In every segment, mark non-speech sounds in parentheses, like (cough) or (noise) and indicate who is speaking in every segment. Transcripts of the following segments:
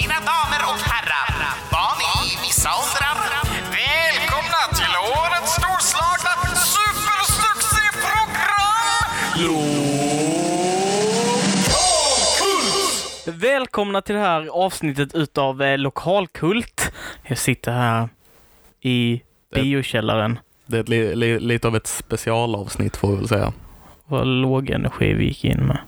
Speaker 1: Mina damer och herrar, barn i vissa åldrar. Välkomna till årets storslagna supersuccéprogram!
Speaker 2: Välkomna till det här avsnittet utav eh, Lokalkult. Jag sitter här i
Speaker 3: Det-
Speaker 2: biokällaren.
Speaker 3: Det är ett li, li, lite av ett specialavsnitt får vi väl säga.
Speaker 2: Vad låg energi vi gick in med.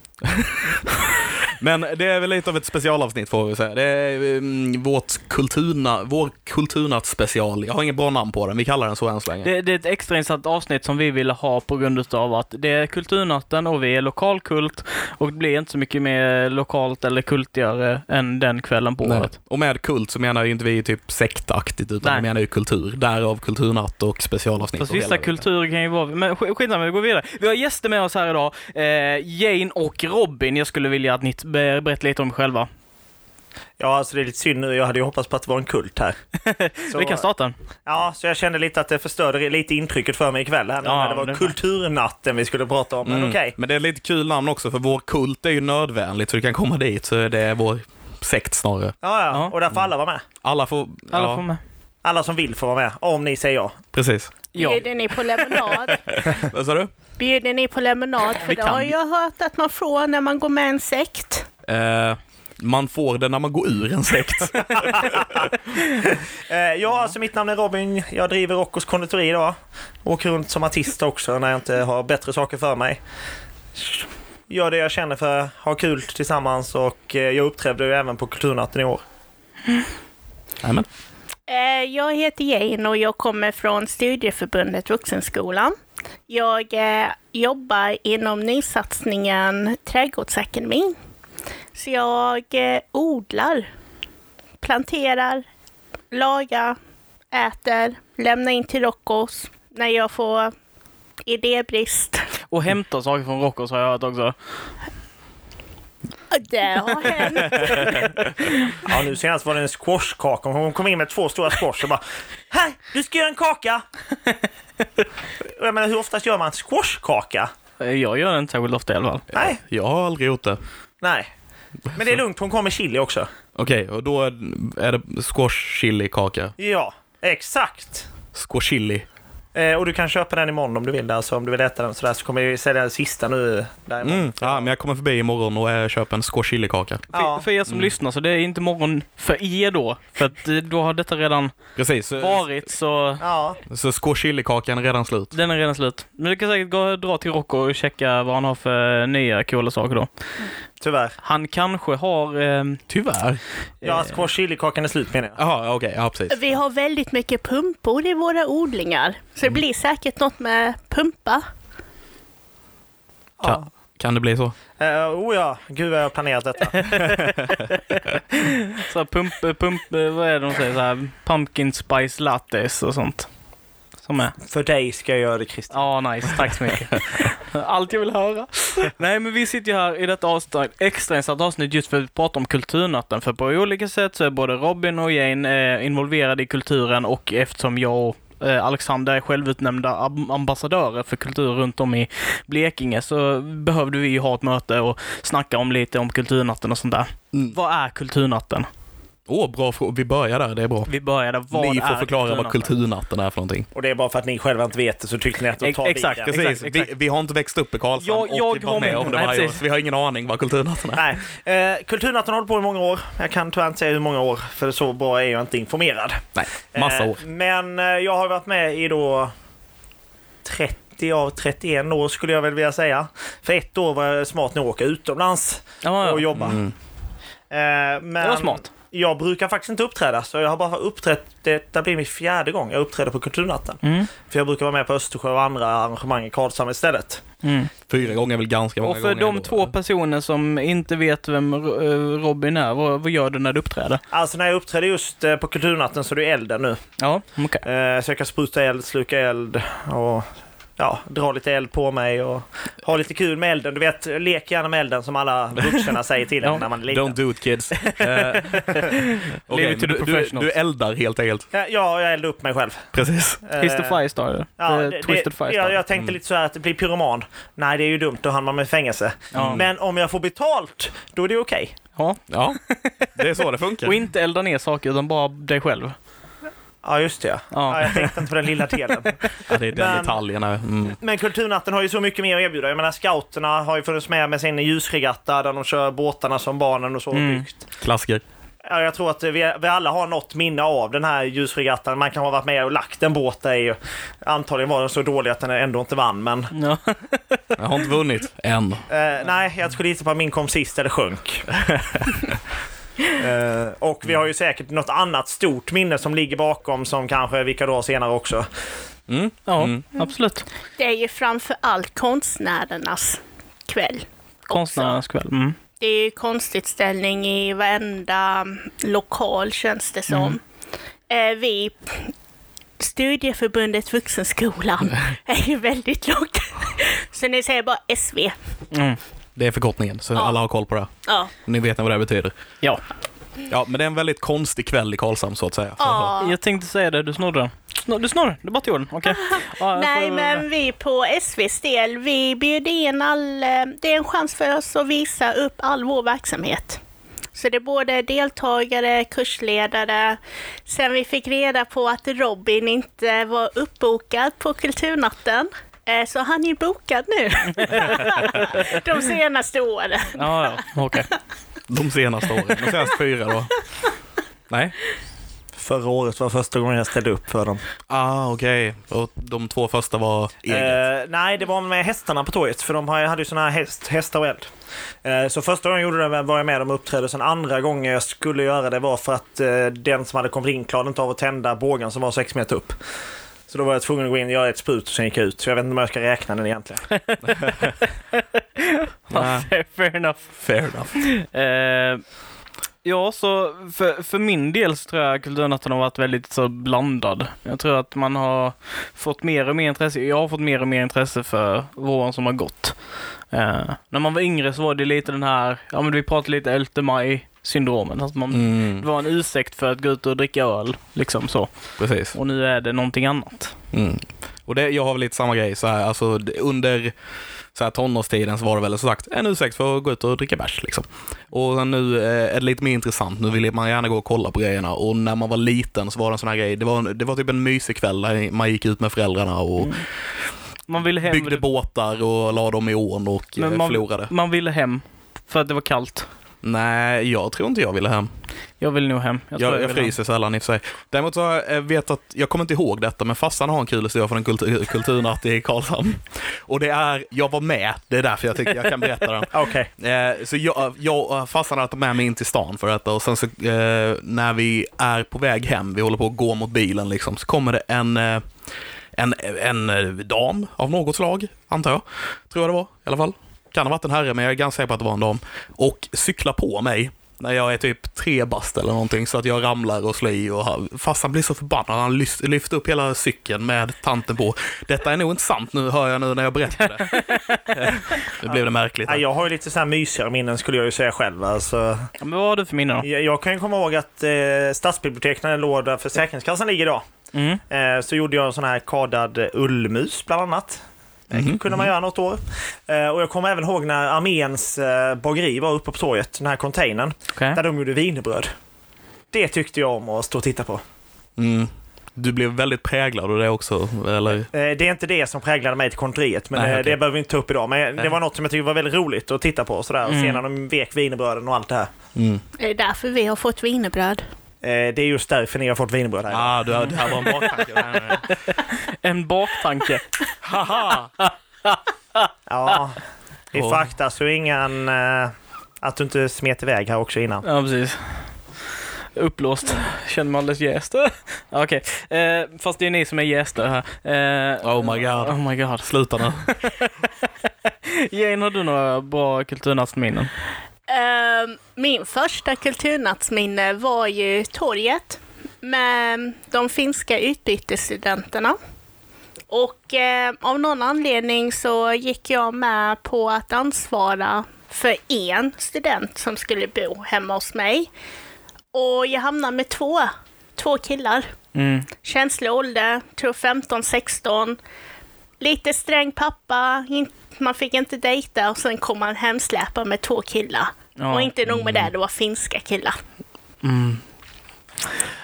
Speaker 3: Men det är väl lite av ett specialavsnitt får vi säga. Det är mm, vårt kulturna, vår kulturnatt special. Jag har inget bra namn på den, vi kallar den så än så länge.
Speaker 2: Det, det är ett extrainsatt avsnitt som vi ville ha på grund utav att det är kulturnatten och vi är lokalkult och det blir inte så mycket mer lokalt eller kultigare än den kvällen på
Speaker 3: Nej.
Speaker 2: året.
Speaker 3: Och med kult så menar ju inte vi typ sektaktigt utan
Speaker 2: Nej.
Speaker 3: vi menar ju kultur. Därav kulturnatt och specialavsnitt.
Speaker 2: Fast
Speaker 3: och
Speaker 2: vissa
Speaker 3: hela-
Speaker 2: kulturer kan ju vara... Men sk- skitsamma, vi går vidare. Vi har gäster med oss här idag. Eh, Jane och Robin. Jag skulle vilja att ni t- berättar lite om er själva.
Speaker 4: Ja, alltså det är lite synd nu. Jag hade ju hoppats på att det var en kult här.
Speaker 2: (laughs)
Speaker 4: Så,
Speaker 2: Vi kan starta.
Speaker 4: Ja, så jag kände lite att det förstörde lite intrycket för mig ikväll här nu
Speaker 2: Ja,
Speaker 4: när det var
Speaker 2: det-
Speaker 4: kulturnatten vi skulle prata om. Men
Speaker 3: Mm.
Speaker 4: okej.
Speaker 3: Men det är lite kul namn också för vår kult är ju nödvändigt så du kan komma dit så är det är vår sekt snarare.
Speaker 4: Ja, ja,
Speaker 2: Ja.
Speaker 4: och där får alla vara med.
Speaker 3: Alla får...
Speaker 2: Alla
Speaker 3: ja,
Speaker 2: får med.
Speaker 4: Alla som vill får vara med, om ni säger ja.
Speaker 2: (laughs)
Speaker 3: Precis.
Speaker 2: Ja.
Speaker 5: Bjuder ni på lemonad?
Speaker 3: Vad sa du?
Speaker 5: Bjuder ni på lemonad? För det
Speaker 2: kan
Speaker 5: har
Speaker 2: ju.
Speaker 5: jag hört att man får när man går med en sekt.
Speaker 3: Eh, man får det när man går ur en (laughs) sekt.
Speaker 4: Eh, ja, alltså mitt namn är Robin. Jag driver Roccos konditori idag. Åker runt som artist också när jag inte har bättre saker för mig. Gör det jag känner för, har kul tillsammans och eh, jag uppträdde ju även på kulturnatten i år.
Speaker 3: Amen.
Speaker 5: Eh, Jag heter Jane och jag kommer från Studieförbundet Vuxenskolan. Jag eh, jobbar inom nysatsningen Trädgårdsakademin. Så jag eh, odlar, planterar, lagar, äter, lämnar in till Roccos när jag får idébrist. (laughs)
Speaker 2: Och hämtar saker från Rockos har jag hört också.
Speaker 5: Och Det har hänt.
Speaker 4: Ja, nu senast var det en squashkaka. Hon kom in med två stora squash och bara Här, du ska göra en kaka! Och Jag menar, hur ofta gör man en squashkaka?
Speaker 2: Eh, Jag gör det inte särskilt ofta i alla fall.
Speaker 4: Nej,
Speaker 3: Jag har aldrig gjort det.
Speaker 4: nej. Men det är lugnt, hon kommer med chili också.
Speaker 3: Okej, och då är det squash chili kaka.
Speaker 4: Ja, exakt.
Speaker 3: Squash chili.
Speaker 4: Eh, och du kan köpa den imorgon om du vill. Alltså, om du vill äta den sådär så kommer vi sälja den sista nu. Där imorgon.
Speaker 3: Mm. Ja, men jag kommer förbi imorgon och eh, köper en squash chili kaka.
Speaker 4: Ja.
Speaker 2: För, för er som lyssnar, så det är inte morgon för er då. För att eh, då har detta redan
Speaker 3: Precis, så,
Speaker 2: varit, så
Speaker 4: Ja,
Speaker 3: så squash chili kakan är redan slut.
Speaker 2: den är redan slut. Men du kan säkert gå, dra till Rocco och checka vad han har för eh, nya coola saker då.
Speaker 4: tyvärr. Eh.
Speaker 2: Han kanske har... ehm,
Speaker 3: Tyvärr.
Speaker 4: Ja, squash chili-kakan är slut menar jag.
Speaker 3: Jaha, okej, ja precis.
Speaker 5: Vi har väldigt mycket pumpor i våra odlingar. Så det blir säkert något med pumpa.
Speaker 3: Kan, kan det bli så?
Speaker 4: Eh, oh ja, gud vad jag har planerat detta.
Speaker 2: så här pump, eh, pump, eh, vad är det de säger? Så här, pumpkin spice lattes och sånt. Som är.
Speaker 4: (laughs) För dig ska jag göra det Christer.
Speaker 2: Ja, nice. Tack så mycket. (laughs) Allt jag vill höra. (laughs) Nej, men vi sitter ju här i detta avsnitt, extrainsatt avsnitt just för att prata om kulturnatten. För på olika sätt så är både Robin och Jane eh, involverade i kulturen och eftersom jag och eh, Alexander är självutnämnda am- ambassadörer för kultur runt om i Blekinge så behövde vi ju ha ett möte och snacka om lite om kulturnatten och sånt där.
Speaker 3: Mm.
Speaker 2: Vad är kulturnatten?
Speaker 3: Åh, bra fråga. Vi börjar där, det är bra.
Speaker 2: Vi började. Vad
Speaker 3: Ni får
Speaker 2: är
Speaker 3: förklara vad kulturnatten är för någonting.
Speaker 4: Och det är bara för att ni själva inte vet det så tyckte ni att då
Speaker 2: Ex-
Speaker 4: tar vi
Speaker 2: exakt.
Speaker 4: det.
Speaker 2: Precis, Exakt, exakt.
Speaker 3: Vi, vi har inte växt upp i Karlshamn
Speaker 2: Jag-
Speaker 3: och
Speaker 2: jag
Speaker 3: vi var
Speaker 2: har
Speaker 3: med
Speaker 2: min-
Speaker 3: om det
Speaker 2: nej,
Speaker 3: varje år,
Speaker 2: precis.
Speaker 3: så vi har ingen aning vad kulturnatten är.
Speaker 4: Nej. Eh, kulturnatten har hållit på i många år. Jag kan tyvärr inte säga hur många år, för så bra är jag inte informerad.
Speaker 3: Nej, massa
Speaker 4: Eh,
Speaker 3: år.
Speaker 4: Men eh, jag har varit med i då 30 av 31 år skulle jag väl vilja säga. För ett år var jag smart nog att åka utomlands
Speaker 2: Ah, Ja,
Speaker 4: och
Speaker 2: ja.
Speaker 4: jobba.
Speaker 3: Mm.
Speaker 4: Eh, men
Speaker 2: Det var smart.
Speaker 4: Jag brukar faktiskt inte uppträda, så jag har bara uppträtt, detta blir min fjärde gång jag uppträder på Kulturnatten.
Speaker 2: Mm.
Speaker 4: För jag brukar vara med på Östersjö och andra arrangemang i Karlshamn istället.
Speaker 2: Mm.
Speaker 3: Fyra gånger är väl ganska många
Speaker 2: Och för
Speaker 3: gånger
Speaker 2: de
Speaker 3: ändå.
Speaker 2: två personer som inte vet vem Ro- eh, Robin är, vad, vad gör du när du uppträder?
Speaker 4: Alltså när jag uppträder just eh, på Kulturnatten så är det elden nu.
Speaker 2: Ja, Mm, okej.
Speaker 4: Eh, så jag kan spruta eld, sluka eld och ja, dra lite eld på mig och ha lite kul med elden. Du vet, lek gärna med elden som alla
Speaker 2: (laughs)
Speaker 4: vuxna säger till en
Speaker 2: Ja,
Speaker 4: när man är liten.
Speaker 3: Don't do it (laughs) kids. Eh, okej,
Speaker 2: it to
Speaker 3: du,
Speaker 2: the
Speaker 3: du,
Speaker 2: professionals.
Speaker 3: du eldar helt enkelt.
Speaker 4: Ja, ja, jag eldade upp mig själv.
Speaker 3: Precis.
Speaker 4: Eh,
Speaker 2: Twisted Firestar.
Speaker 4: ja,
Speaker 2: Eh,
Speaker 4: det-
Speaker 2: Twisted Mm.
Speaker 4: det- ja,
Speaker 2: Firestar.
Speaker 4: jag tänkte lite så här att det blir pyroman. Nej, det är ju dumt, då hamnar man i fängelse. Mm.
Speaker 2: Ja.
Speaker 4: Men om jag får betalt, då är det okej.
Speaker 2: Ja.
Speaker 3: Ja, det är så det funkar.
Speaker 2: Och inte elda ner saker utan bara dig själv.
Speaker 4: Ja, just det. Ja.
Speaker 2: Ja.
Speaker 4: jag tänkte inte på den
Speaker 2: (laughs)
Speaker 4: lilla delen.
Speaker 3: ja, det är den
Speaker 4: Men-
Speaker 3: detaljen. här. Mm.
Speaker 4: Men Kulturnatten har ju så mycket mer att erbjuda. Jag menar, scouterna har ju funnits med med sin ljusregatta där de kör båtarna som barnen och så har
Speaker 2: Mm.
Speaker 4: byggt.
Speaker 3: Klassiker.
Speaker 4: Ja, jag tror att vi, vi alla har något minne av den här ljusregattan. Man kan ha varit med och lagt en båt där i. Antagligen var den så dålig att den ändå inte vann, men...
Speaker 2: (laughs) Ja.
Speaker 3: Jag har inte vunnit än.
Speaker 4: Eh, nej, jag skulle gissa på att min kom sist eller sjönk. Eh, och vi har ju säkert något annat stort minne som ligger bakom som kanske vi kan dra senare också.
Speaker 3: Mm.
Speaker 2: Ja,
Speaker 3: Mm.
Speaker 2: absolut.
Speaker 5: Det är ju framför allt konstnärernas kväll.
Speaker 2: Konstnärernas kväll. Mm.
Speaker 5: Det är ju konstutställning i varenda lokal känns det som. Eh, vi, Studieförbundet Vuxenskolan, är ju väldigt lågt. Så ni säger bara SV.
Speaker 2: Mm.
Speaker 3: Det är förkortningen, så alla har koll på det.
Speaker 5: Ja.
Speaker 3: Ni vet vad det här betyder.
Speaker 2: Ja,
Speaker 3: Ja, men det är en väldigt konstig kväll i Karlshamn, så att säga.
Speaker 5: ja.
Speaker 2: jag tänkte säga det. Du snodde den. Snor, du snodde den. Du bara tog den.
Speaker 5: (laughs)
Speaker 2: Okej. Ja, jag
Speaker 5: Nej,
Speaker 2: får-
Speaker 5: men vi på SVs del, vi bjuder in all... eh, Det är en chans för oss att visa upp all vår verksamhet. Så det är både deltagare, kursledare. Sen vi fick reda på att Robin inte var uppbokad på Kulturnatten. eh, Så han är ju bokad
Speaker 2: (laughs)
Speaker 5: nu. De senaste åren.
Speaker 2: Ja, ja. Okej.
Speaker 3: De senaste åren. De senaste fyra då. Nej?
Speaker 4: Förra året var första gången jag ställde upp för dem.
Speaker 3: Ah, okej. Och de två första var eget.
Speaker 4: Eh, nej, det var med hästarna på tåget, för de har- hade ju såna här häst, hästar och eld. Eh, så första gången jag gjorde det var jag med dem och uppträdde. Sen andra gången jag skulle göra det var för att eh, den som hade kommit in klarade inte av att tända bågen som var sex meter upp. Så då var jag tvungen att gå in och göra ett sprut och sen gick jag ut. Så jag vet inte om jag ska räkna den egentligen.
Speaker 2: Ja, Fair enough.
Speaker 3: Fair enough.
Speaker 2: Eh, ja, så för, för min del så tror jag kulturnatten har varit väldigt så blandad. Jag tror att man har fått mer och mer intresse. Jag har fått mer och mer intresse för våren som har gått. Eh, när man var yngre så var det lite den här, ja men vi pratade lite 11 maj-syndromen. Att man,
Speaker 3: Mm,
Speaker 2: Det var en ursäkt för att gå ut och dricka öl, liksom så.
Speaker 3: precis.
Speaker 2: Och nu är det någonting annat.
Speaker 3: Mm. Och det, jag har väl lite samma grej så här, alltså det- under så här, tonårstiden så var det väl som sagt en ursäkt för att gå ut och dricka bärs liksom. Och sen nu eh, är det lite mer intressant, nu vill man gärna gå och kolla på grejerna och när man var liten så var det en sån här grej, det var, en- det var typ en mysig kväll där man gick ut med föräldrarna och
Speaker 2: Man ville hem,
Speaker 3: byggde båtar och la dem i ån och eh,
Speaker 2: Men man-
Speaker 3: förlorade.
Speaker 2: man ville hem för att det var kallt.
Speaker 3: Nej, jag tror inte jag ville hem.
Speaker 2: Jag vill nog hem.
Speaker 3: Jag,
Speaker 2: tror
Speaker 3: jag,
Speaker 2: vill hem.
Speaker 3: fryser sällan i och för sig. Däremot så har jag eh, vet att, jag kommer inte ihåg detta, men farsan har en kul historia från en kultur, (laughs) kulturnatt i Karlshamn. Och det är, jag var med, det är därför jag tycker jag kan berätta den.
Speaker 4: Okej.
Speaker 3: Eh, så jag, jag och farsan hade tagit med mig in till stan för detta och sen så eh, när vi är på väg hem, vi håller på att gå mot bilen liksom, så kommer det en, eh, en, en eh, dam av något slag, antar jag. Tror jag det var i alla fall. Kan ha varit en herre, men jag är ganska säker på att det var en dam. Och cyklar på mig när jag är typ tre bast eller någonting så att jag ramlar och slår i och han- farsan blir så förbannad. Han lyft- lyfter upp hela cykeln med tanten på. Detta är nog inte sant nu, hör jag nu när jag berättar det. Eh, Nu blev det märkligt.
Speaker 4: Nej, Jag har ju lite så här mysigare minnen skulle jag ju säga själv. Alltså,
Speaker 2: Ja, Men vad har du för minnen då?
Speaker 4: jag, jag kan ju komma ihåg att eh, stadsbiblioteket, när den låg där Försäkringskassan ligger idag,
Speaker 2: Mm.
Speaker 4: Eh, så gjorde jag en sån här kardad eh, ullmus bland annat. Det
Speaker 3: Mhm,
Speaker 4: kunde man göra något år. Eh, Och jag kommer även ihåg när arméns eh, bageri var uppe på torget, den här containern,
Speaker 2: Okej.
Speaker 4: där de gjorde wienerbröd. Det tyckte jag om att stå och titta på. Eh,
Speaker 3: Mm. Du blev väldigt präglad av det också, eller?
Speaker 4: Eh, Det är inte det som präglade mig till konditoriet, men
Speaker 3: Nej,
Speaker 4: eh,
Speaker 3: okej.
Speaker 4: det behöver vi inte ta upp idag. Men det
Speaker 3: Nej. Mm.
Speaker 4: var något som jag tyckte var väldigt roligt att titta på. och Sådär. Och sen när de vek wienerbröden och allt det här.
Speaker 5: Det är därför vi har fått wienerbröd.
Speaker 4: Eh, Det är just därför ni har fått wienerbröd här.
Speaker 3: Ah, du, det här var en baktanke. Nej, nej, nej.
Speaker 2: En baktanke.
Speaker 3: Haha!
Speaker 4: Ja, vi
Speaker 3: Åh.
Speaker 4: faktar så ingen... eh, Att du inte smet iväg här också innan.
Speaker 2: Ja, precis. Upplåst. Känner mig alldeles jäst. Ja, Okej, eh, fast det är ni som är jäster här. Eh,
Speaker 3: Oh my god.
Speaker 2: Oh my god.
Speaker 3: Sluta nu.
Speaker 2: Jane, har du några bra kulturnattsminnen?
Speaker 5: Ehm, Min första kulturnattsminne var ju torget med de finska utbytesstudenterna. Och eh, av någon anledning så gick jag med på att ansvara för en student som skulle bo hemma hos mig. Och jag hamnade med två, två killar.
Speaker 2: Mm.
Speaker 5: Känslig ålder, tror 15, 16. Lite sträng pappa, in- man fick inte dejta och sen kom han hemsläpa med två killar.
Speaker 2: Ja. Mm.
Speaker 5: Och inte nog med det, det var finska killar.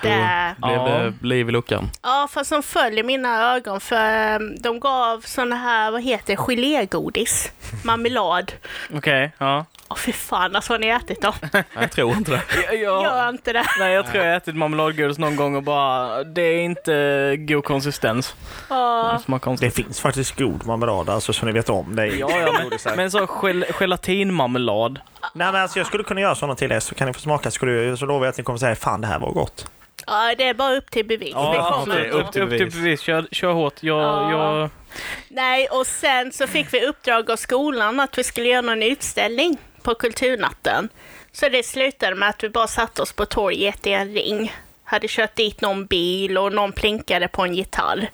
Speaker 5: Det,
Speaker 3: Blev
Speaker 2: Ja.
Speaker 3: det liv i luckan?
Speaker 5: ja, fast de följer mina ögon för eh, de gav såna här, vad heter det,
Speaker 2: (laughs)
Speaker 5: gelégodis. Marmelad.
Speaker 2: Okej, ja.
Speaker 5: Åh fy fan, alltså har ni ätit dem?
Speaker 3: Jag tror inte det.
Speaker 2: Ja,
Speaker 5: Gör inte det.
Speaker 2: Nej, jag tror jag har ätit marmeladgodis någon gång och bara, det är inte god konsistens.
Speaker 5: Åh.
Speaker 2: Det smakar
Speaker 4: Det
Speaker 2: konstigt.
Speaker 4: finns faktiskt god marmelad, alltså så ni vet om det.
Speaker 2: Ja, ja, men, men så gel gelatinmarmelad.
Speaker 4: Nej, men alltså, jag skulle kunna göra sådana till er så kan ni få smaka. Skulle, jag- så lovar jag att ni kommer säga fan det här var gott.
Speaker 5: Ja, det är bara upp till bevis.
Speaker 3: Ja,
Speaker 5: Det kommer
Speaker 3: absolut.
Speaker 5: inte.
Speaker 3: Upp till bevis.
Speaker 2: Kör, kör hårt. Jag,
Speaker 5: Ja.
Speaker 2: jag...
Speaker 5: Nej, och sen så fick vi uppdrag av skolan att vi skulle göra någon utställning på kulturnatten. Så det slutade med att vi bara satte oss på torget i en ring. Hade kört dit någon bil och någon plinkade på en gitarr.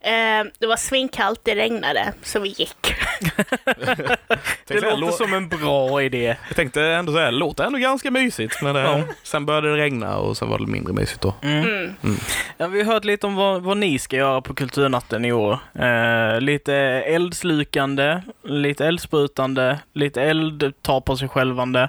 Speaker 5: Eh, det var svinkallt, det regnade, så vi gick. (laughs)
Speaker 2: Det låter som en bra idé.
Speaker 3: Jag tänkte ändå så här, låter ändå ganska mysigt. Men det, Sen började det regna och sen var det mindre mysigt då.
Speaker 2: Ja, vi har hört lite om vad, vad ni ska göra på kulturnatten i år. Eh, lite eldslukande, lite eldsprutande, lite eld tar på sig självande.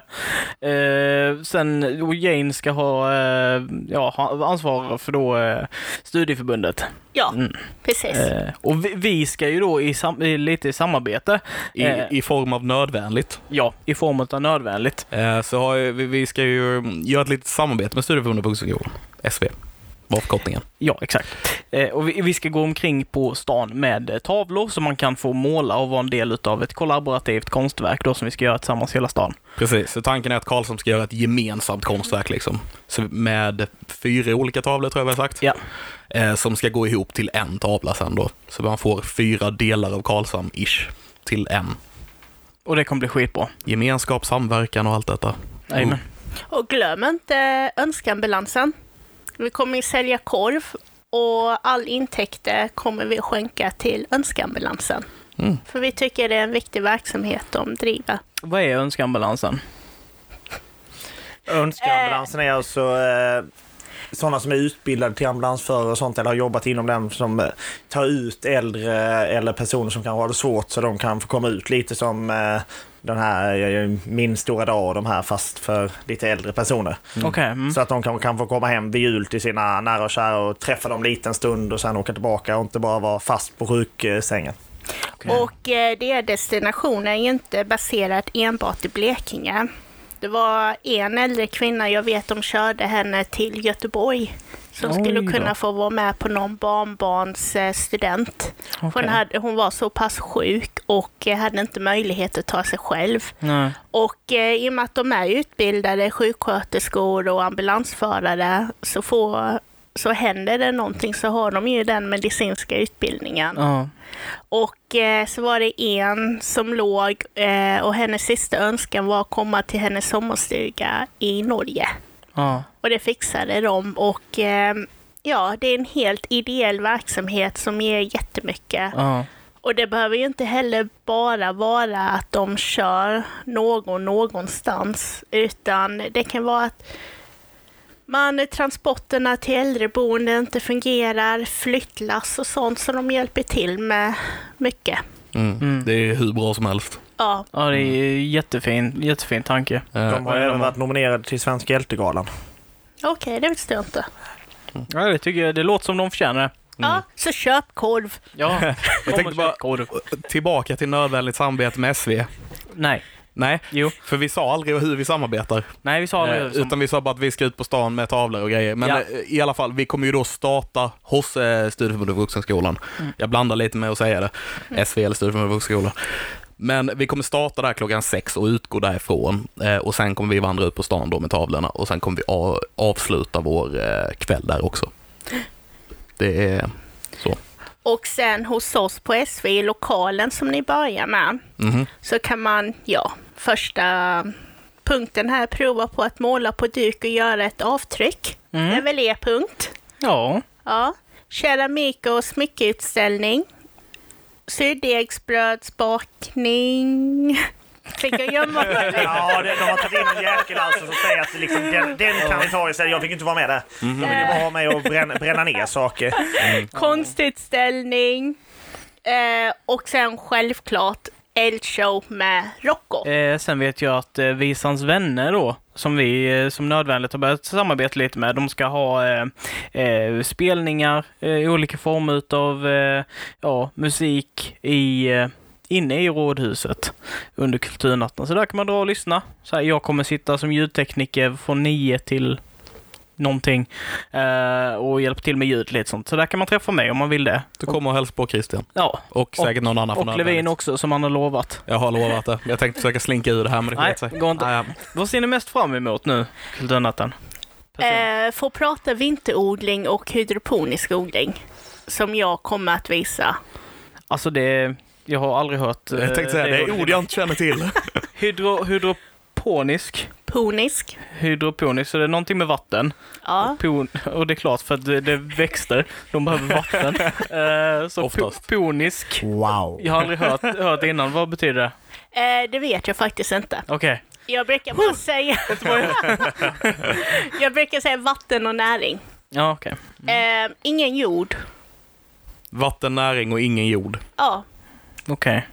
Speaker 2: Eh, sen och Jane ska ha, eh, ja, ha ansvar för då eh, studieförbundet.
Speaker 5: Ja,
Speaker 2: Mm.
Speaker 5: precis.
Speaker 2: Eh, och vi, vi ska ju då i sam, i, lite i samarbete,
Speaker 3: I,
Speaker 2: Eh.
Speaker 3: I form av nödvändigt.
Speaker 2: ja, i form av nödvändigt.
Speaker 3: Eh, så har ju- vi, vi ska ju mm, göra ett litet samarbete med Studieförbundet Vuxengården, SV, var förkortningen.
Speaker 2: Ja, exakt. Eh, och vi, vi ska gå omkring på stan med eh, tavlor som man kan få måla och vara en del utav ett kollaborativt konstverk då som vi ska göra tillsammans hela stan.
Speaker 3: Precis, så tanken är att Karlsson ska göra ett gemensamt konstverk liksom. Så med fyra olika tavlor tror jag vi har sagt.
Speaker 2: Ja.
Speaker 3: Eh, som ska gå ihop till en tavla sen då. Så man får fyra delar av Karlshamn-ish till en.
Speaker 2: Och det kommer bli skitbra.
Speaker 3: Gemenskap, samverkan och allt detta.
Speaker 2: Jajamän.
Speaker 5: Och glöm inte önskanbalansen. Vi kommer ju sälja korv och all intäkter kommer vi skänka till önskanbalansen.
Speaker 3: Mm.
Speaker 5: För vi tycker det är en viktig verksamhet de driver.
Speaker 2: Vad är önskanbalansen?
Speaker 3: Mm.
Speaker 4: Önskeambulansen är alltså eh, sådana som är utbildade till ambulansförare och sånt eller har jobbat inom den som eh, tar ut äldre eh, eller personer som kanske har det svårt så de kan få komma ut lite som eh, den här eh, Min stora dag och de här fast för lite äldre personer.
Speaker 2: Okej. mm.
Speaker 4: Så att de kan, kan få komma hem vid jul till sina nära och kära och träffa dem lite en stund och sen åka tillbaka och inte bara vara fast på sjuksängen.
Speaker 2: Okej.
Speaker 5: Och eh, det destinationen är ju inte baserad enbart i Blekinge. Det var en äldre kvinna, jag vet de körde henne till Göteborg, som
Speaker 2: Oj
Speaker 5: skulle
Speaker 2: då.
Speaker 5: kunna få vara med på någon barnbarns eh, student.
Speaker 2: Okej.
Speaker 5: Hon, hade, hon var så pass sjuk och eh, hade inte möjlighet att ta sig själv.
Speaker 2: Nej.
Speaker 5: Och eh, i och med att de är utbildade sjuksköterskor och ambulansförare så, får, så händer det någonting så har de ju den medicinska utbildningen.
Speaker 2: Ja.
Speaker 5: Och eh, så var det en som låg eh, och hennes sista önskan var att komma till hennes sommarstuga i Norge.
Speaker 2: Ja.
Speaker 5: Och det fixade de och eh, ja, det är en helt ideell verksamhet som ger jättemycket.
Speaker 2: Ja.
Speaker 5: Och det behöver ju inte heller bara vara att de kör någon någonstans, utan det kan vara att man, transporterna till äldreboenden inte fungerar, flyttlass och sånt som de hjälper till med mycket.
Speaker 3: Mm. Det är hur bra som helst.
Speaker 5: Ja,
Speaker 2: Ja, det är
Speaker 3: Mm.
Speaker 2: ju jättefin, jättefin tanke.
Speaker 3: Eh,
Speaker 4: De har även varit nominerade till Svenska hjältegalan.
Speaker 5: okej, det visste jag inte.
Speaker 2: Ja, det tycker jag. Det låter som de förtjänar det.
Speaker 5: Ja, så köp korv.
Speaker 2: (laughs) Ja.
Speaker 3: Jag tänkte bara- Tillbaka till nödvändigt samarbete med SV.
Speaker 2: Nej.
Speaker 3: Nej,
Speaker 2: Jo.
Speaker 3: för vi sa aldrig hur vi samarbetar.
Speaker 2: Nej, vi sa
Speaker 3: Eh,
Speaker 2: det. Som...
Speaker 3: Utan vi sa bara att vi ska ut på stan med tavlor och grejer. Men
Speaker 2: Ja.
Speaker 3: eh, i alla fall, vi kommer ju då starta hos eh, Studieförbundet Vuxenskolan.
Speaker 2: Mm.
Speaker 3: Jag blandar lite med att säga det. SV eller Studieförbundet Vuxenskolan. Men vi kommer starta där klockan sex och utgå därifrån. Eh, och sen kommer vi vandra ut på stan då med tavlorna och sen kommer vi a- avsluta vår eh, kväll där också. Det är så.
Speaker 5: Och sen hos oss på SV, i lokalen som ni börjar med,
Speaker 3: Mhm.
Speaker 5: så kan man, ja, första punkten här, prova på att måla på duk och göra ett avtryck. Det är väl er punkt.
Speaker 2: Ja.
Speaker 5: Ja. Keramik och smyckeutställning. Surdegsbrödsbakning. Fick jag gömma mig?
Speaker 4: Ja, det, de har tagit in en jäkel alltså som säger att liksom, den, den kan vi ta istället. Jag fick inte vara med där. Jag ville bara ha mig och bränna, bränna ner saker.
Speaker 5: Konstutställning. Eh, och sen självklart eldshow med Rocco.
Speaker 2: Eh, sen vet jag att eh, Visans vänner då, som vi eh, som nödvändigt har börjat samarbeta lite med, de ska ha eh, eh, spelningar eh, i olika former utav eh, ja, musik i, eh, inne i rådhuset under kulturnatten. Så där kan man dra och lyssna. Så här, jag kommer sitta som ljudtekniker från 9 till någonting eh, och hjälpa till med ljud lite sånt. Så där kan man träffa mig om man vill det.
Speaker 3: Du kommer och hälsa på Christian.
Speaker 2: Ja,
Speaker 3: Och säkert någon annan
Speaker 2: och Levin
Speaker 3: Nödvändigt.
Speaker 2: också som han har lovat.
Speaker 3: Jag har lovat det. Jag tänkte försöka slinka ur det här, men det
Speaker 2: Nej,
Speaker 3: sket sig.
Speaker 2: går inte.
Speaker 3: Nej,
Speaker 2: Vad ser ni mest fram emot nu, kulturnatten?
Speaker 5: Eh, får prata vinterodling och hydroponisk odling som jag kommer att visa.
Speaker 2: Alltså det, jag har aldrig hört... eh,
Speaker 3: jag tänkte säga, det är ord jag inte känner till.
Speaker 2: Hydro, hydroponisk.
Speaker 5: Ponisk.
Speaker 2: Hydroponisk, så det är någonting med vatten.
Speaker 5: Ja.
Speaker 2: Pon, och det är klart, för att det, det är växter, de behöver
Speaker 3: (laughs)
Speaker 2: vatten. Eh, så po,
Speaker 3: Oftast.
Speaker 2: ponisk.
Speaker 3: Wow.
Speaker 2: Jag har aldrig hört, hört det innan, vad betyder det?
Speaker 5: Eh, det vet jag faktiskt inte.
Speaker 2: Okej.
Speaker 5: Jag brukar bara säga... (laughs) jag brukar säga vatten och näring.
Speaker 2: Ja, okej.
Speaker 5: Eh, ingen jord.
Speaker 3: Vatten, näring och ingen jord.
Speaker 5: Ja.
Speaker 2: Okej.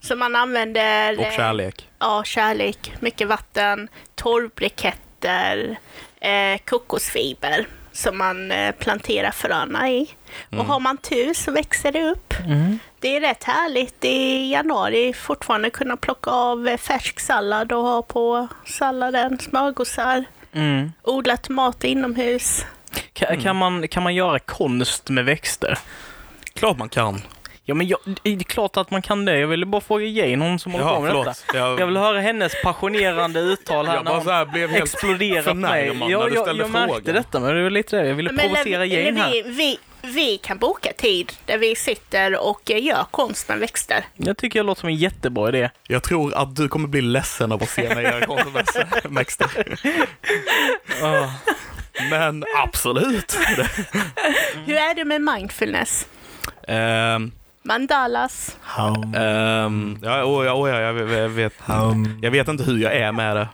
Speaker 5: Så man använder... eh,
Speaker 3: Och kärlek.
Speaker 5: Ja, kärlek, mycket vatten, torrbreketter, eh, kokosfiber som man eh, planterar fröna i.
Speaker 2: Mm.
Speaker 5: Och har man tur så växer det upp. Det är rätt härligt i januari fortfarande kunna plocka av eh, färsk sallad och ha på salladen, smörgåsar,
Speaker 2: Mm.
Speaker 5: odla tomater inomhus.
Speaker 2: Ka,
Speaker 3: Mm.
Speaker 2: Kan, man, kan man göra konst med växter?
Speaker 3: Klart man kan.
Speaker 2: Ja, men jag, det är klart att man kan det. Jag ville bara fråga Jane, hon som håller
Speaker 3: Ja,
Speaker 2: på med
Speaker 3: förlåt.
Speaker 2: detta.
Speaker 3: Jag-
Speaker 2: Jag... vill höra hennes passionerande uttal här
Speaker 3: Jag
Speaker 2: när
Speaker 3: bara
Speaker 2: hon
Speaker 3: så här blev helt
Speaker 2: exploderat mig.
Speaker 3: förnärmad
Speaker 2: Jag,
Speaker 3: när du
Speaker 2: jag,
Speaker 3: ställde
Speaker 2: jag märkte
Speaker 3: frågan.
Speaker 2: detta, men det var lite det. Jag ville
Speaker 5: Men
Speaker 2: provocera
Speaker 5: Levi-
Speaker 2: Jane här.
Speaker 5: Levi, vi, vi kan boka tid där vi sitter och eh, gör konst med växter.
Speaker 2: Jag tycker jag låter som en jättebra idé.
Speaker 3: Jag tror att du kommer bli ledsen av att se mig göra
Speaker 2: (laughs)
Speaker 3: kontroverser. Ah. Men
Speaker 2: (laughs)
Speaker 3: absolut.
Speaker 2: Mm.
Speaker 5: Hur är det med mindfulness?
Speaker 3: Ehm,
Speaker 5: Mandalas?
Speaker 3: ehm, ja, oh, ja, oh, ja, jag vet- jag vet, jag vet inte hur jag är med det.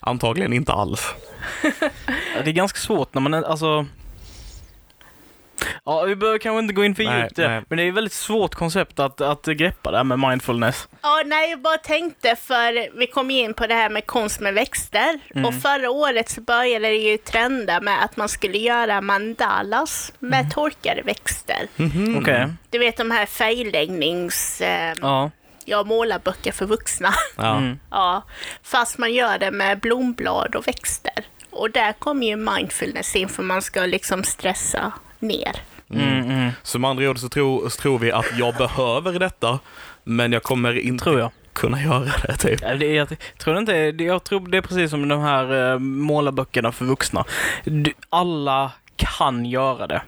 Speaker 3: Antagligen inte alls.
Speaker 2: Ja, Det är ganska svårt när man är- alltså... Ja, vi behöver kanske inte gå in för
Speaker 3: Nej,
Speaker 2: djupt där,
Speaker 3: nej.
Speaker 2: men det är ett väldigt svårt koncept att, att greppa det här med mindfulness.
Speaker 5: Ja, nej, jag bara tänkte för vi kom ju in på det här med konst med växter.
Speaker 2: Mm.
Speaker 5: Och förra året så började det ju trenda med att man skulle göra mandalas med
Speaker 2: Mm.
Speaker 5: torkade växter.
Speaker 3: Mm.
Speaker 2: Okej.
Speaker 5: Du vet de här färgläggnings... Eh,
Speaker 2: Ja.
Speaker 5: ja, målarböcker för vuxna.
Speaker 3: Ja.
Speaker 5: (laughs)
Speaker 2: Mm.
Speaker 5: ja, fast man gör det med blomblad och växter. Och där kommer ju mindfulness in för man ska liksom stressa
Speaker 2: (laughs)
Speaker 5: ner.
Speaker 3: Så med andra ord så tror, så tror vi att jag behöver detta, men jag kommer inte
Speaker 2: Tror jag.
Speaker 3: kunna göra det. Typ.
Speaker 2: Ja, det är, jag tror inte, det- jag tror det är precis som de här eh, målarböckerna för vuxna. Du, alla kan göra det.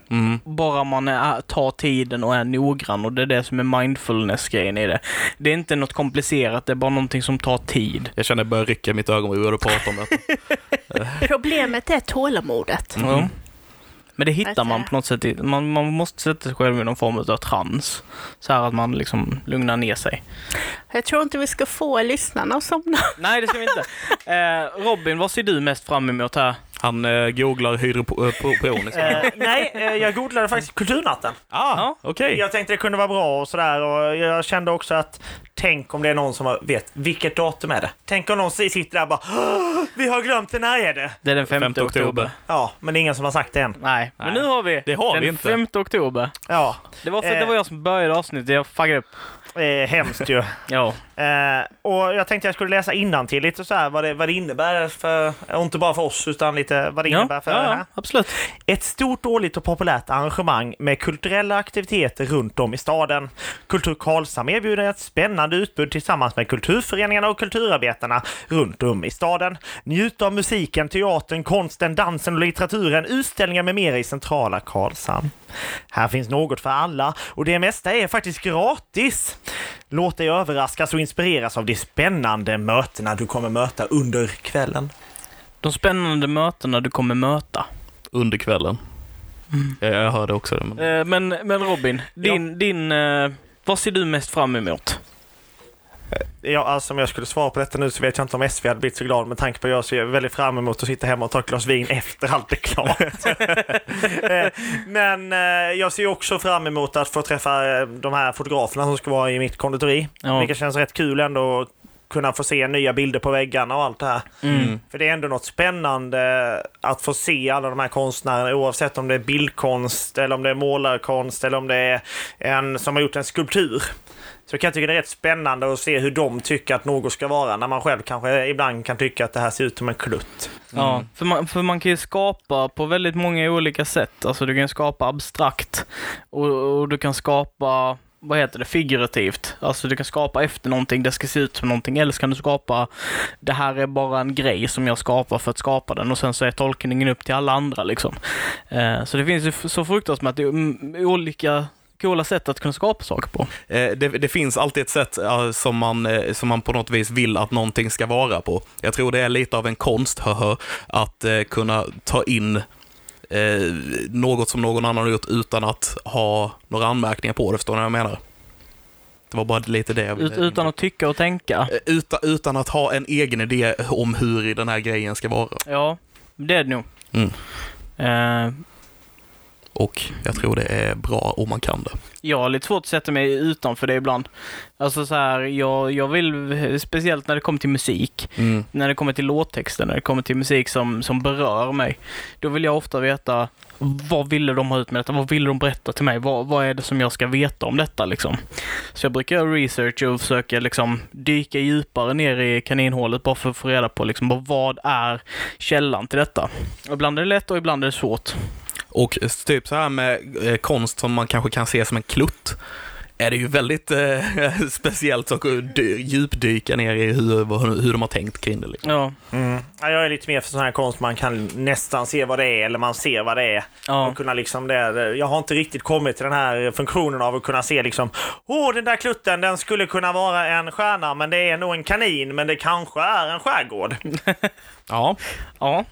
Speaker 2: Bara man är, tar tiden och är noggrann och det är det som är mindfulness-grejen i det. Det är inte något komplicerat, det är bara någonting som tar tid.
Speaker 3: Jag känner att jag börjar rycka i mitt ögonbryn när du pratar om (laughs) detta.
Speaker 5: Problemet är tålamodet.
Speaker 2: Ja. Mm. Men det hittar man
Speaker 5: Alltså-
Speaker 2: på något sätt. i- Man, man måste sätta sig själv i någon form av trans. Så här att man liksom lugnar ner sig.
Speaker 5: Jag tror inte vi ska få lyssnarna att somna.
Speaker 2: Nej, det ska vi inte. (laughs) Eh, Robin, vad ser du mest fram emot här?
Speaker 3: Han eh, googlar hydroponisk.
Speaker 4: Eh, nej, eh, jag googlade faktiskt kulturnatten.
Speaker 3: ah, okej.
Speaker 4: Jag tänkte det kunde vara bra och sådär och jag kände också att tänk om det är någon som har- vet vilket datum är det? Tänk om någon sitter där och bara "Åh, vi har glömt det, när är det?
Speaker 2: Det är den 5
Speaker 3: Femte oktober.
Speaker 2: oktober.
Speaker 4: Ja, men det är ingen som har sagt det än.
Speaker 2: Nej, men nu har vi
Speaker 3: Det har
Speaker 2: den
Speaker 3: vi inte.
Speaker 2: 5 oktober.
Speaker 4: Ja,
Speaker 2: Det var för
Speaker 4: Eh.
Speaker 2: det var jag som började avsnittet, jag faggade upp.
Speaker 4: eh, hemskt ju. (laughs)
Speaker 2: Ja.
Speaker 4: Eh, och jag tänkte jag skulle läsa innantill lite så här vad det, vad det innebär för, och inte bara för oss utan lite vad det innebär
Speaker 2: Ja,
Speaker 4: för
Speaker 2: ja,
Speaker 4: det
Speaker 2: ja,
Speaker 4: här.
Speaker 2: absolut.
Speaker 4: Ett stort årligt och populärt arrangemang med kulturella aktiviteter runt om i staden. Kultur Karlshamn erbjuder ett spännande utbud tillsammans med kulturföreningarna och kulturarbetarna runt om i staden. Njut av musiken, teatern, konsten, dansen och litteraturen, utställningar med mera i centrala Karlshamn. Här finns något för alla och det mesta är faktiskt gratis. Låt dig överraskas och inspireras av de spännande mötena du kommer möta under kvällen.
Speaker 2: De spännande mötena du kommer möta.
Speaker 3: Under kvällen. Eh, Jag hörde också det. Men...
Speaker 2: Eh, Men, men Robin, din, din, eh, vad ser du mest fram emot?
Speaker 4: Ja, alltså om jag skulle svara på detta nu så vet jag inte om SV hade blivit så glad med tanke på att jag ser väldigt fram emot att sitta hemma och ta ett glas vin efter allt är klart. (laughs) Eh, Men eh, jag ser ju också fram emot att få träffa eh, de här fotograferna som ska vara i mitt konditori.
Speaker 2: Ja.
Speaker 4: Vilket känns rätt kul ändå att kunna få se nya bilder på väggarna och allt det här. För det är ändå något spännande att få se alla de här konstnärerna oavsett om det är bildkonst eller om det är målarkonst eller om det är en som har gjort en skulptur. Så jag kan tycka det är rätt spännande att se hur de tycker att något ska vara när man själv kanske ibland kan tycka att det här ser ut som en klutt.
Speaker 2: Ja, för man, för man kan ju skapa på väldigt många olika sätt. Alltså du kan skapa abstrakt och, och du kan skapa, vad heter det, figurativt. Alltså du kan skapa efter någonting, det ska se ut som någonting. Eller så kan du skapa, det här är bara en grej som jag skapar för att skapa den och sen så är tolkningen upp till alla andra liksom. Eh, så det finns ju f- så fruktansvärt mm, olika coola sätt att kunna skapa saker på.
Speaker 3: Eh, det, det finns alltid ett sätt eh, som, man, eh, som man på något vis vill att någonting ska vara på. Jag tror det är lite av en konst, höhö, att eh, kunna ta in eh, något som någon annan har gjort utan att ha några anmärkningar på det. Förstår ni vad jag menar? Det var bara lite det jag ville...
Speaker 2: Ut, utan att tycka och tänka.
Speaker 3: Eh, Utan, utan att ha en egen idé om hur den här grejen ska vara.
Speaker 2: Ja, det är det nog.
Speaker 3: Mm.
Speaker 2: Eh,
Speaker 3: Och jag tror det är bra om man kan det.
Speaker 2: Jag har lite svårt att sätta mig utanför det ibland. Alltså så här, jag, jag vill, speciellt när det kommer till musik,
Speaker 3: Mm.
Speaker 2: när det kommer till låttexter, när det kommer till musik som, som berör mig. Då vill jag ofta veta, vad ville de ha ut med detta? Vad ville de berätta till mig? Vad, vad är det som jag ska veta om detta liksom? Så jag brukar göra research och försöka liksom dyka djupare ner i kaninhålet bara för att få reda på liksom, bara vad är källan till detta? Ibland är det lätt och ibland är det svårt.
Speaker 3: Och typ så här med eh, konst som man kanske kan se som en klutt, är det ju väldigt eh, (laughs) speciellt att gå- dy- djupdyka ner i hur, vad- hur de har tänkt kring det. Liksom.
Speaker 2: Ja.
Speaker 4: Ja, jag är lite mer för sån här konst man kan nästan se vad det är eller man ser vad det är.
Speaker 2: Ja.
Speaker 4: Och kunna liksom det, jag har inte riktigt kommit till den här funktionen av att kunna se liksom Åh, den där klutten den skulle kunna vara en stjärna men det är nog en kanin men det kanske är en skärgård.
Speaker 3: Ja.
Speaker 2: ja.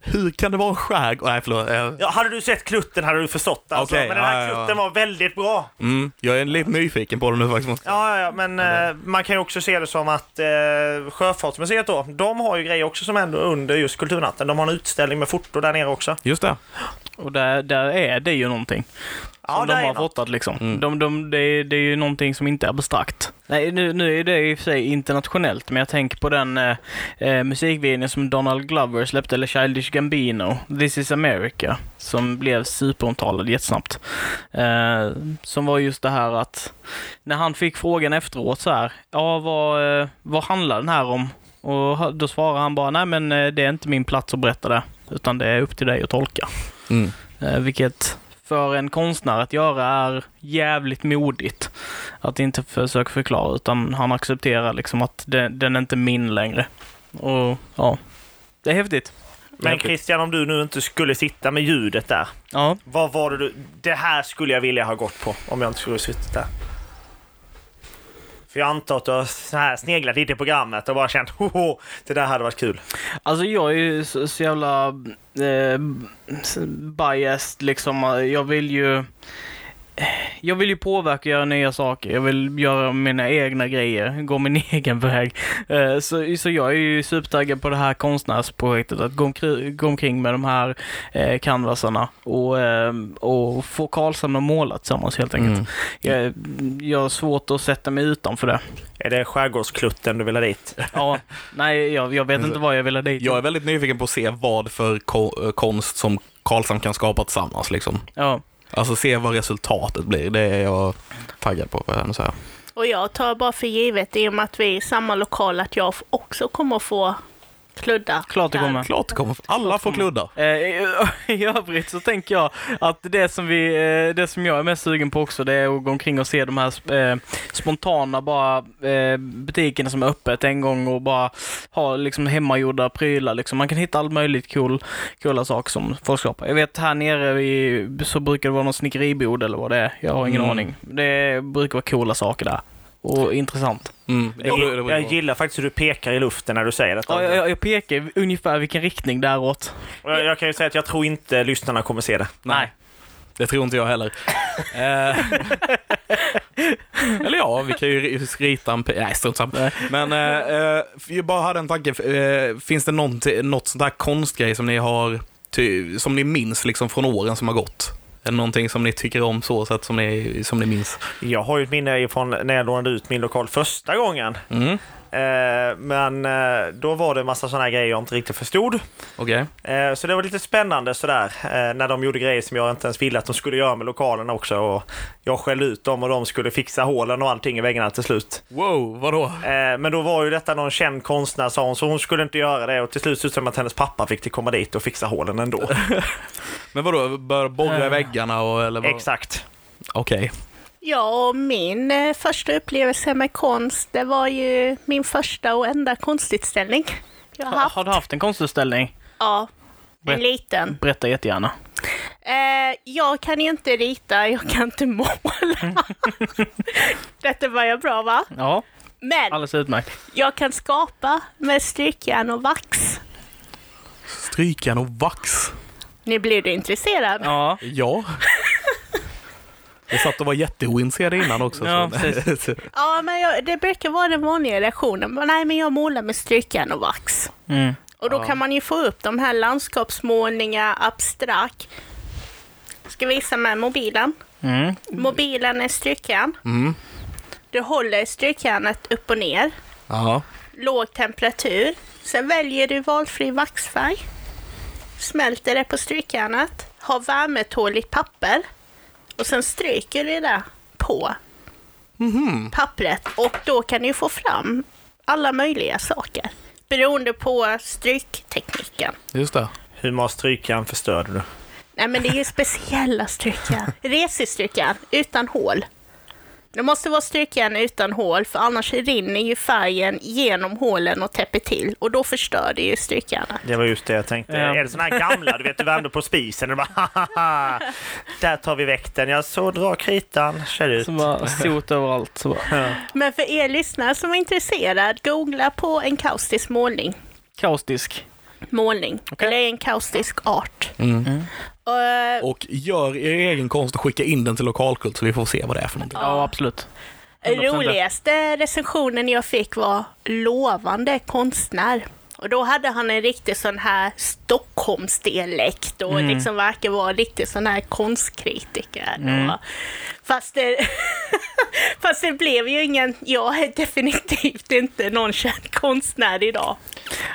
Speaker 3: Hur kan det vara en skärgård? Nej, förlåt. Eh,
Speaker 4: Ja, hade du sett klutten hade du förstått alltså.
Speaker 3: Okej,
Speaker 4: men den här
Speaker 3: ja, ja, ja.
Speaker 4: klutten var väldigt bra.
Speaker 3: Mm, jag är lite nyfiken på det nu faktiskt. måste jag-
Speaker 4: Ja, ja, ja men eh, man kan ju också se det som att eh, Sjöfartsmuseet då, de har ju grejer också som händer under just Kulturnatten. De har en utställning med foto där nere också.
Speaker 3: Just det.
Speaker 2: Och där, där är det ju någonting.
Speaker 4: Ja,
Speaker 2: som de
Speaker 4: där är
Speaker 2: har
Speaker 4: något.
Speaker 2: fotat liksom. De, de, det, är, det är ju någonting som inte är abstrakt. Nej, nu, nu är det i och för sig internationellt, men jag tänker på den eh, eh, musikvideon som Donald Glover släppte, eller Childish Gambino, This is America, som blev superomtalad jättesnabbt. Eh, som var just det här att när han fick frågan efteråt så här, ja vad, eh, vad handlar den här om? Och ha- då svarar han bara, nej men eh, det är inte min plats att berätta det, utan det är upp till dig att tolka.
Speaker 3: Mm.
Speaker 2: Eh, Vilket för en konstnär att göra är jävligt modigt. Att inte försöka förklara utan han accepterar liksom att den, den är inte min längre. Och ja, det är häftigt.
Speaker 4: Men Christian, om du nu inte skulle sitta med ljudet där.
Speaker 2: Ja,
Speaker 4: Vad var det du... Det här skulle jag vilja ha gått på om jag inte skulle suttit där. För jag antar att du har så här sneglat lite i programmet och bara känt hoho, det där hade varit kul.
Speaker 2: alltså jag är ju så, så jävla eh, biased liksom. Jag vill ju jag vill ju påverka och göra nya saker. Jag vill göra mina egna grejer, gå min (laughs) egen väg. Eh, Så, så jag är ju supertaggad på det här konstnärsprojektet, att gå omkring, gå omkring med de här eh, canvasarna och, eh, och få Karlshamn att måla tillsammans helt enkelt. Jag, jag har svårt att sätta mig utanför det.
Speaker 4: Är det skärgårdsklutten du vill ha (laughs) dit?
Speaker 2: Ja, nej, jag, jag vet inte vad jag ville dit.
Speaker 3: Jag är väldigt nyfiken på att se vad för ko- eh, konst som Karlsson kan skapa tillsammans. Liksom.
Speaker 2: Ja.
Speaker 3: Alltså se vad resultatet blir. Det är jag taggad på. Vad jag nu säger.
Speaker 5: Och jag tar bara för givet i och med att vi är i samma lokal att jag också kommer att få kludda.
Speaker 2: Klart det
Speaker 5: där.
Speaker 2: kommer.
Speaker 3: Klart det kommer. Alla
Speaker 4: Mm.
Speaker 3: får kludda.
Speaker 2: Eh, (laughs) I övrigt så tänker jag att det som, vi, eh, det som jag är mest sugen på också det är att gå omkring och se de här sp- eh, spontana bara eh, butikerna som är öppet en gång och bara ha liksom hemmagjorda prylar. Liksom. Man kan hitta all möjligt cool, coola saker som folk skapar. Jag vet här nere i, så brukar det vara någon snickeribod eller vad det är. Jag har ingen aning. Det brukar vara coola saker där. Och intressant.
Speaker 3: Mm. Det
Speaker 4: Jag,
Speaker 3: blir- det blir
Speaker 4: jag
Speaker 3: bra.
Speaker 4: gillar faktiskt hur du pekar i luften när du säger detta.
Speaker 2: Ja, jag, jag pekar i ungefär vilken riktning däråt.
Speaker 4: Och jag, jag kan ju säga att jag tror inte lyssnarna kommer se det.
Speaker 2: Nej.
Speaker 3: Det tror inte jag heller. Eh, (laughs) Eller ja, vi kan ju rita en... pe- Nej, strunt samma. Men eh, eh, jag bara hade en tanke. Eh, finns det något, något sånt här konstgrej som ni har, ty, som ni minns liksom från åren som har gått? Eller någonting som ni tycker om så sätt som ni, som ni minns?
Speaker 4: Jag har ju ett minne från när jag lånade ut min lokal första gången.
Speaker 3: Mm.
Speaker 4: Eh, men eh, då var det en massa sådana grejer jag inte riktigt förstod.
Speaker 3: Okej.
Speaker 4: Eh, så det var lite spännande sådär eh, när de gjorde grejer som jag inte ens ville att de skulle göra med lokalen också. Och jag skällde ut dem och de skulle fixa hålen och allting i väggarna till slut.
Speaker 3: Wow, vadå?
Speaker 4: Eh, men då var ju detta någon känd konstnär sa hon, så hon skulle inte göra det och till slut såg det ut som att hennes pappa fick det komma dit och fixa hålen ändå.
Speaker 3: Men vadå, bör borra i
Speaker 2: Eh.
Speaker 3: väggarna och eller vad?
Speaker 4: Exakt.
Speaker 3: Okej.
Speaker 5: Ja, och min eh, första upplevelse med konst, det var ju min första och enda konstutställning jag har
Speaker 2: Ha,
Speaker 5: haft.
Speaker 2: har du haft en konstutställning?
Speaker 5: Ja, en
Speaker 2: Berätta.
Speaker 5: liten.
Speaker 2: Berätta jättegärna.
Speaker 5: Eh, jag kan ju inte rita, jag kan
Speaker 2: (laughs)
Speaker 5: inte måla. Detta var jag bra va?
Speaker 2: Ja,
Speaker 5: Men
Speaker 2: alldeles utmärkt.
Speaker 5: jag kan skapa med strykjärn och vax.
Speaker 3: Strykjärn och vax.
Speaker 5: Nu blir du intresserad.
Speaker 2: Ja.
Speaker 3: Ja. Jag satt och var jätteointresserad innan också.
Speaker 2: Ja,
Speaker 3: så-
Speaker 5: Ja, men jag, det brukar vara den vanliga reaktionen. Men Nej, men jag målar med strykjärn och vax.
Speaker 2: Mm.
Speaker 5: Och då kan man ju få upp de här landskapsmålningar, abstrakt. Ska visa med mobilen.
Speaker 2: Mm.
Speaker 5: Mobilen är strykjärn.
Speaker 3: Mm.
Speaker 5: Du håller strykjärnet upp och ner.
Speaker 3: (laughs) Ja.
Speaker 5: Låg temperatur. Sen väljer du valfri vaxfärg. Smälter det på strykjärnet. Har värmetåligt papper. Och sen stryker du det på pappret. Och då kan du få fram alla möjliga saker. Beroende på stryktekniken.
Speaker 3: Just det.
Speaker 4: Hur många strykjärn förstörde du?
Speaker 5: Nej men det är ju speciella strykjärn. Resig strykjärn, utan hål. Det måste vara strykjärn utan hål, för annars rinner ju färgen genom hålen och täpper till. Och då förstör det ju strykjärnet.
Speaker 4: Det var just det jag tänkte.
Speaker 2: Ja.
Speaker 4: Är det sådana här gamla, du vet du värmde på spisen och bara hahaha. Där tar vi väkten. Jag så dra kritan, kör ut.
Speaker 2: Så bara sot överallt. Så bara.
Speaker 5: Men för er lyssnare som är intresserad, googla på enkaustisk målning.
Speaker 2: Kaustisk.
Speaker 5: Målning. Eller enkaustisk art. Och, eh,
Speaker 3: Och gör er egen konst och skicka in den till lokalkult så vi får se vad det är för någonting.
Speaker 2: Ja, absolut. 100%.
Speaker 5: Roligaste recensionen jag fick var lovande konstnär. Och då hade han en riktig sån här Stockholmsdialekt och liksom verkar vara riktigt sån här konstkritiker. Och, fast, det, (laughs) fast det blev ju ingen, jag är definitivt inte någon känd konstnär idag.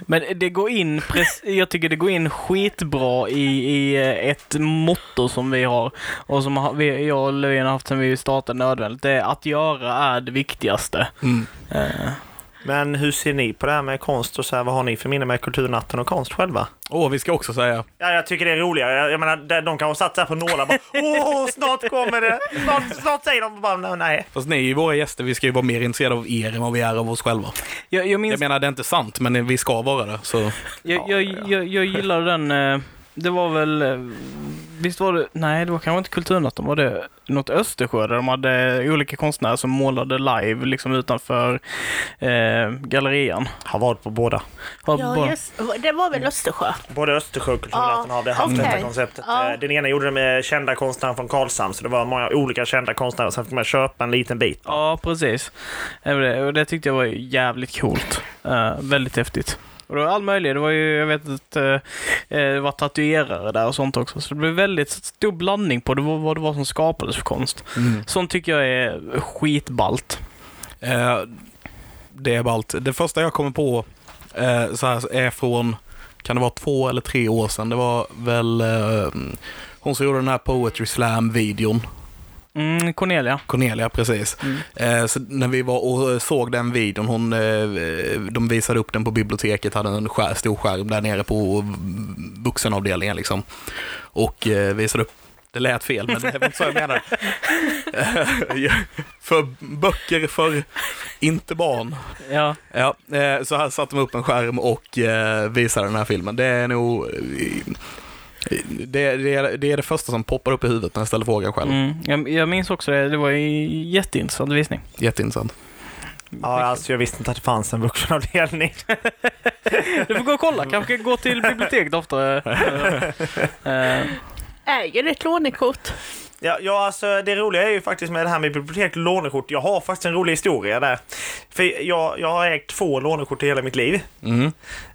Speaker 2: Men det går in, pres- jag tycker det går in skitbra i, i eh, ett motto som vi har och som har- vi, jag och Löfven har haft sedan vi startade Nödvändigt. Det är att göra är det viktigaste.
Speaker 4: Men hur ser ni på det här med konst och så här, vad har ni för minne med Kulturnatten och konst själva?
Speaker 3: Åh, vi ska också säga.
Speaker 4: Ja, jag tycker det är roligare. Jag, jag menar, de- de kan ha satt sig på nålar och bara åh, snart kommer det. Snart, snart säger de bara "Nej, nej.
Speaker 3: Fast ni är ju våra gäster, vi ska ju vara mer intresserade av er än vad vi är av oss själva.
Speaker 2: Jag, jag minns
Speaker 3: Jag menar, det är inte sant, men vi ska vara det. Så.
Speaker 2: Jag, jag, jag, jag gillar den. eh, Det var väl... eh, Visst var det... Nej, det var kanske inte Kulturnatten. Var det något Östersjö där de hade olika konstnärer som målade live liksom utanför eh, gallerian?
Speaker 4: Har varit på båda.
Speaker 2: Har bara-
Speaker 5: Ja, just, det var väl Östersjö?
Speaker 4: Både Östersjö och Kulturnatten
Speaker 5: Ja,
Speaker 4: har det haft
Speaker 5: okej.
Speaker 4: detta konceptet.
Speaker 5: Ja.
Speaker 4: Eh, Den ena gjorde det med kända konstnärer från Karlshamn, så det var många olika kända konstnärer. Sen fick man köpa en liten bit.
Speaker 2: ja precis. Det var det. Och det tyckte jag var jävligt coolt. Eh, väldigt häftigt. Och det var allt möjligt. Det var ju, jag vet att eh, eh, det var tatuerare där och sånt också. Så det blev väldigt stor blandning på det, vad vad det var som skapades för konst. Sånt tycker jag är skitballt.
Speaker 3: Eh, det är ballt. Det första jag kommer på eh, så här, är från, kan det vara två eller tre år sedan? Det var väl eh, hon som gjorde den här Poetry Slam-videon.
Speaker 2: Mm, Cornelia.
Speaker 3: Cornelia, precis. Eh, så när vi var och eh, såg den videon, hon, eh, de visade upp den på biblioteket, hade en skär, stor skärm där nere på vuxenavdelningen liksom. Och eh, visade upp det lät fel, men det var inte så jag menade. Eh, (laughs) för böcker för inte barn.
Speaker 2: Ja.
Speaker 3: Ja, eh, så här satte de upp en skärm och eh, visade den här filmen. Det är nog... Det, det, är- det är det första som poppar upp i huvudet när jag ställer frågan själv.
Speaker 2: Mm, jag, jag minns också det. Det var ju jätteintressant visning.
Speaker 3: Jätteintressant.
Speaker 4: Ja, alltså, jag visste inte att det fanns en vuxenavdelning.
Speaker 2: Du får gå och kolla. Kanske
Speaker 3: (laughs)
Speaker 2: gå till biblioteket oftare. Eh,
Speaker 5: Äger du ett lånekort?
Speaker 4: Ja, ja, alltså det roliga är ju faktiskt med det här med bibliotek och lånekort. Jag har faktiskt en rolig historia där. För jag, jag har ägt två lånekort i hela mitt liv.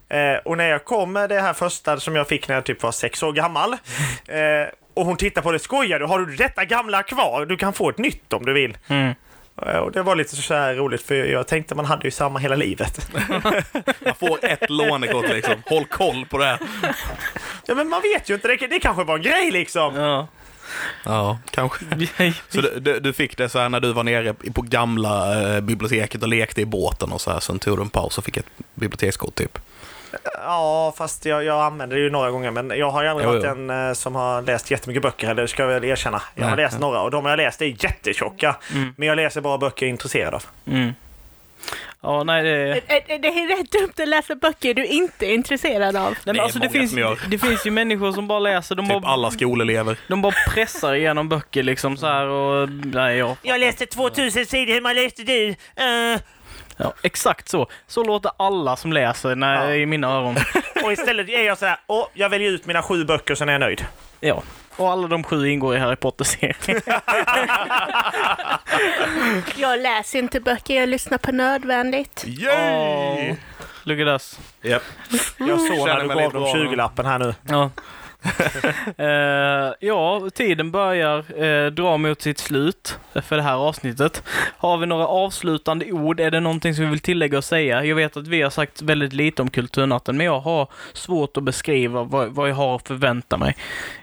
Speaker 4: Eh, och när jag kom med det här första som jag fick när jag typ var sex år gammal. Eh, och hon tittar på det. Skojar du? Har du detta gamla kvar? Du kan få ett nytt om du vill. Eh, Och det var lite så här roligt för jag tänkte man hade ju samma hela livet.
Speaker 3: Man får ett lånekort liksom. Håll koll på det. här.
Speaker 4: Ja men man vet ju inte, det, det kanske var en grej liksom.
Speaker 2: Ja.
Speaker 3: Ja, kanske. Så du, du, du fick det så här när du var nere på gamla eh, biblioteket och lekte i båten och så här. Sen tog du en paus och fick ett bibliotekskort typ.
Speaker 4: Ja, fast jag, jag använder det ju några gånger. Men jag har ju aldrig
Speaker 3: Jo,
Speaker 4: varit
Speaker 3: jo.
Speaker 4: en eh, som har läst jättemycket böcker heller, ska jag väl erkänna. Jag har
Speaker 3: Nej,
Speaker 4: läst några och de jag läst är jättetjocka. Men jag läser bara böcker jag är intresserad av.
Speaker 2: Mm. Ja, nej det...
Speaker 5: Det är- det är rätt dumt att läsa böcker du inte är intresserad av.
Speaker 2: Nej, men
Speaker 3: Det är
Speaker 2: alltså, det,
Speaker 3: många
Speaker 2: finns,
Speaker 3: som gör.
Speaker 2: det finns ju människor som bara läser, de,
Speaker 3: Typ
Speaker 2: bara,
Speaker 3: alla skolelever.
Speaker 2: de bara pressar igenom böcker liksom så här och... Nej, ja.
Speaker 4: Jag läste 2000 sidor, hur man läste du? Eh.
Speaker 2: ja. Exakt så. Så låter alla som läser när,
Speaker 4: Ja.
Speaker 2: i mina öron.
Speaker 4: och istället är jag så här, åh, jag väljer ut mina sju böcker sen är jag nöjd.
Speaker 2: Ja. Och alla de sju ingår i
Speaker 3: (laughs)
Speaker 2: Harry Potter-serien.
Speaker 5: Jag läser inte böcker, jag lyssnar på nödvändigt.
Speaker 3: Yay!
Speaker 2: Look at us.
Speaker 3: Japp.
Speaker 4: Jag såg
Speaker 3: Känner
Speaker 4: när du
Speaker 3: mig
Speaker 4: gav
Speaker 3: lite
Speaker 4: dem
Speaker 3: bra nu.
Speaker 4: 20-lappen här nu.
Speaker 2: Ja. (laughs) Eh, ja, tiden börjar eh, dra mot sitt slut för det här avsnittet. Har vi några avslutande ord? Är det någonting som vi vill tillägga och säga? Jag vet att vi har sagt väldigt lite om Kulturnatten, men jag har svårt att beskriva vad, vad jag har att förvänta mig.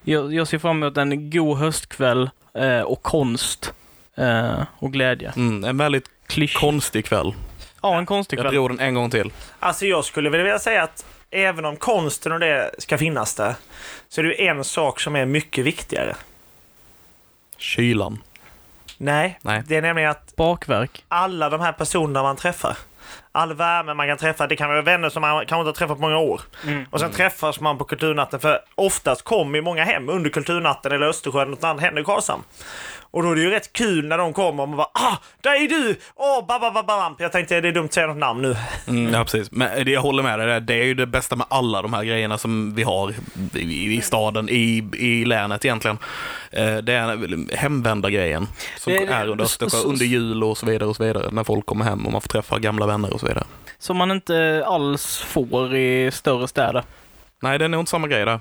Speaker 2: Jag, jag ser fram emot en god höstkväll eh, och konst eh, och glädje.
Speaker 3: Mm, en väldigt
Speaker 2: Klysch.
Speaker 3: konstig kväll.
Speaker 2: Ja, en konstig
Speaker 3: Jag
Speaker 2: kväll.
Speaker 3: drog den en gång till.
Speaker 4: Alltså jag skulle vilja säga att även om konsten och det ska finnas där, så är det ju en sak som är mycket viktigare.
Speaker 3: Kylan.
Speaker 4: Nej,
Speaker 3: Nej.
Speaker 4: det är nämligen att
Speaker 2: Bakverk.
Speaker 4: alla de här personerna man träffar. All värme man kan träffa, det kan vara vänner som man kanske inte har träffat på många år. Och sen träffas man på kulturnatten, för oftast kommer ju många hem under kulturnatten eller Östersjön eller något annat händer i Karlshamn. Och då är det ju rätt kul när de kommer och man bara ah, där är du! Åh, oh, babababam! Jag tänkte det är dumt att säga något namn nu. (laughs)
Speaker 3: Mm, ja, precis. Men det, jag håller med dig. där. Det är ju det bästa med alla de här grejerna som vi har i, i staden, i, i länet egentligen. Eh, Det är hemvända grejen som
Speaker 2: Det är-
Speaker 3: är under Östersjö,
Speaker 2: s- s-
Speaker 3: under jul och så vidare och så vidare. När folk kommer hem och man får träffa gamla vänner och så vidare.
Speaker 2: Som man inte alls får i större städer.
Speaker 3: Nej, det är nog inte samma grej där.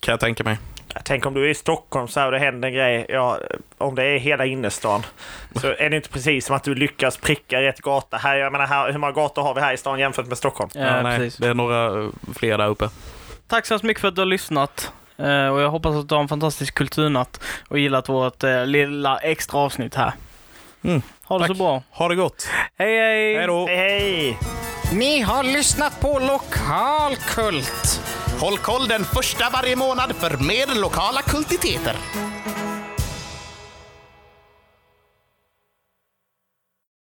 Speaker 3: Kan jag tänka mig.
Speaker 4: Jag tänker om du är i Stockholm så här och det händer en grej, ja, om det är hela innerstan, så är det inte precis som att du lyckas pricka rätt gata. Här, jag menar, här, hur många gator har vi här i stan jämfört med Stockholm?
Speaker 2: Ja,
Speaker 3: Ja, nej,
Speaker 2: precis.
Speaker 3: det är några eh, fler där uppe.
Speaker 2: Tack så hemskt mycket för att du har lyssnat. Eh, Och jag hoppas att du har en fantastisk kulturnatt och gillat vårt eh, lilla extra avsnitt här.
Speaker 3: Mm,
Speaker 2: Ha det
Speaker 3: tack.
Speaker 2: så bra.
Speaker 3: Ha det gott!
Speaker 2: Hej hej!
Speaker 3: Hej då!
Speaker 4: Hej hej!
Speaker 1: Ni har lyssnat på Lokalkult. Håll koll den första varje månad för mer lokala kultiteter.